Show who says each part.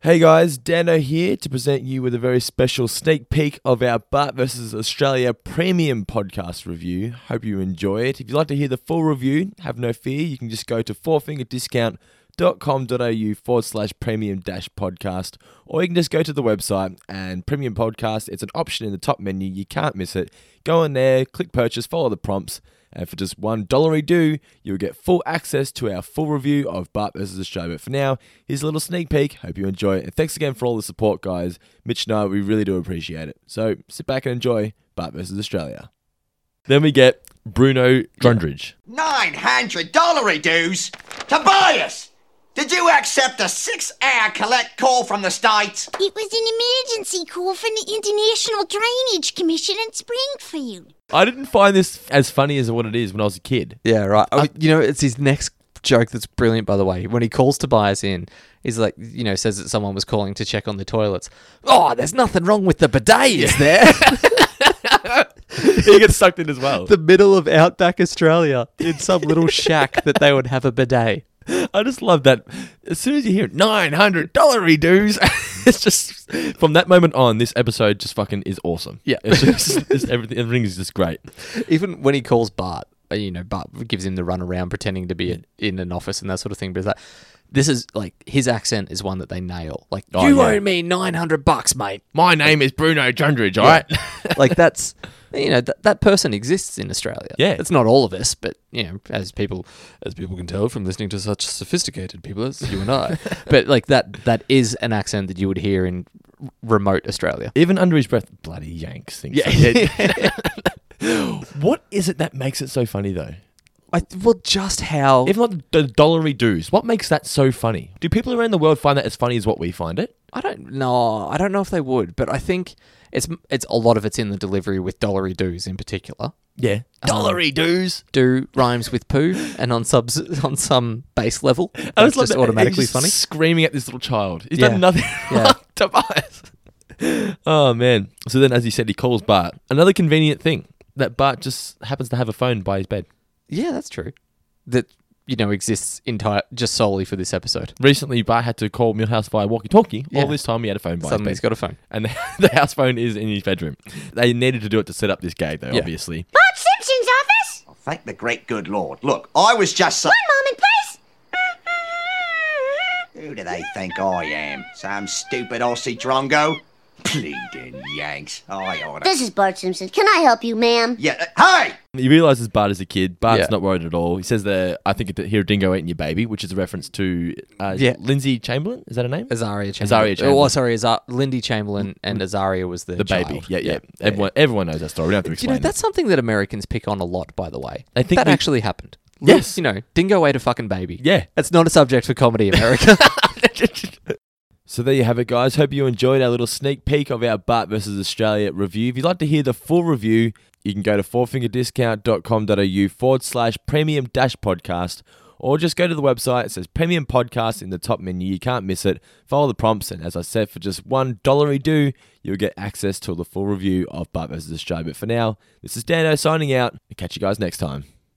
Speaker 1: Hey guys, Dano here to present you with a very special sneak peek of our Bart versus Australia premium podcast review. Hope you enjoy it. If you'd like to hear the full review, have no fear, you can just go to fourfingerdiscount.com.au forward slash premium dash podcast, or you can just go to the website and premium podcast. It's an option in the top menu, you can't miss it. Go on there, click purchase, follow the prompts. And for just one dollar a do, you'll get full access to our full review of Bart vs. Australia. But for now, here's a little sneak peek. Hope you enjoy it. And thanks again for all the support, guys. Mitch and I, we really do appreciate it. So sit back and enjoy Bart vs. Australia. Then we get Bruno Grundridge.
Speaker 2: Nine hundred dollar dues? Tobias! Did you accept a six hour collect call from the States?
Speaker 3: It was an emergency call from the International Drainage Commission in Springfield.
Speaker 1: I didn't find this as funny as what it is when I was a kid.
Speaker 4: Yeah, right. Oh, you know, it's his next joke that's brilliant, by the way. When he calls Tobias in, he's like, you know, says that someone was calling to check on the toilets. Oh, there's nothing wrong with the bidet, is there?
Speaker 1: He gets sucked in as well.
Speaker 4: the middle of outback Australia in some little shack that they would have a bidet.
Speaker 1: I just love that. As soon as you hear nine hundred dollar dues, it's just from that moment on. This episode just fucking is awesome.
Speaker 4: Yeah.
Speaker 1: it's just it's everything. Everything is just great.
Speaker 4: Even when he calls Bart, uh, you know, Bart gives him the runaround pretending to be in an office and that sort of thing. But it's like, this is like his accent is one that they nail. Like,
Speaker 1: Oh,
Speaker 4: you
Speaker 1: yeah.
Speaker 4: owe me 900 bucks, mate.
Speaker 1: My name is Bruno Jundridge. All right.
Speaker 4: like that's you know that that person exists in Australia.
Speaker 1: Yeah.
Speaker 4: it's not all of us, but you know, as people as people can tell from listening to such sophisticated people as you and I, but like that that is an accent that you would hear in r- remote Australia.
Speaker 1: Even under his breath, bloody Yanks thinks. Yeah. what is it that makes it so funny though?
Speaker 4: I, well, just how
Speaker 1: If not the dollary dues, what makes that so funny? Do people around the world find that as funny as what we find it?
Speaker 4: I don't know. I don't know if they would, but I think it's it's a lot of it's in the delivery with dollary doos in particular.
Speaker 1: Yeah. Dollary dues.
Speaker 4: Do rhymes with poo, and on subs on some base level,
Speaker 1: I
Speaker 4: that's
Speaker 1: love
Speaker 4: just
Speaker 1: that
Speaker 4: automatically
Speaker 1: he's just
Speaker 4: funny.
Speaker 1: Screaming at this little child. He's
Speaker 4: Yeah.
Speaker 1: done nothing
Speaker 4: Yeah.
Speaker 1: wrong, Tobias. Oh man. So then as he said, he calls Bart. Another convenient thing that Bart just happens to have a phone by his bed.
Speaker 4: Yeah, that's true. That you know exists entire just solely for this episode.
Speaker 1: Recently Bart had to call Millhouse via walkie talkie.
Speaker 4: Yeah.
Speaker 1: All this time he had a phone by
Speaker 4: Suddenly
Speaker 1: his
Speaker 4: he's
Speaker 1: bed.
Speaker 4: got a phone.
Speaker 1: and the, the house phone is in his bedroom. They needed to do it to set up this gag though,
Speaker 4: Yeah.
Speaker 1: obviously.
Speaker 3: Bart Simpson's office?
Speaker 2: Oh, thank the great good Lord. Look, I was just so.
Speaker 3: One moment, please.
Speaker 2: Who do they think I am? Some stupid Aussie drongo? Pleading Yanks. I oughta.
Speaker 3: This is Bart Simpson. Can I help you, ma'am?
Speaker 2: Yeah, uh, hey!
Speaker 1: He realizes Bart is a kid. Bart's
Speaker 4: Yeah.
Speaker 1: not worried at all. He says that I think I hear a dingo eating your baby, which is a reference to uh,
Speaker 4: Yeah.
Speaker 1: Lindsay Chamberlain. Is that her name?
Speaker 4: Azaria Chamberlain.
Speaker 1: Azaria Chamberlain.
Speaker 4: Oh, sorry, Azar- Lindy Chamberlain and Azaria was the
Speaker 1: the
Speaker 4: child.
Speaker 1: baby. Yeah, yeah. Everyone, everyone knows that story. We don't have to
Speaker 4: Do
Speaker 1: explain.
Speaker 4: you know
Speaker 1: it.
Speaker 4: that's something that Americans pick on a lot, by the way.
Speaker 1: I think
Speaker 4: that
Speaker 1: we-
Speaker 4: actually happened.
Speaker 1: Yes.
Speaker 4: you know, Dingo ate a fucking baby.
Speaker 1: Yeah.
Speaker 4: that's not a subject for comedy, America.
Speaker 1: So there you have it, guys. Hope you enjoyed our little sneak peek of our Bart versus Australia review. If you'd like to hear the full review, you can go to fourfingerdiscount.com.au forward slash premium dash podcast or just go to the website. It says premium podcast in the top menu. You can't miss it. Follow the prompts. And as I said, for just $1 a do, you'll get access to the full review of Bart versus Australia. But for now, this is Dano signing out. catch you guys next time.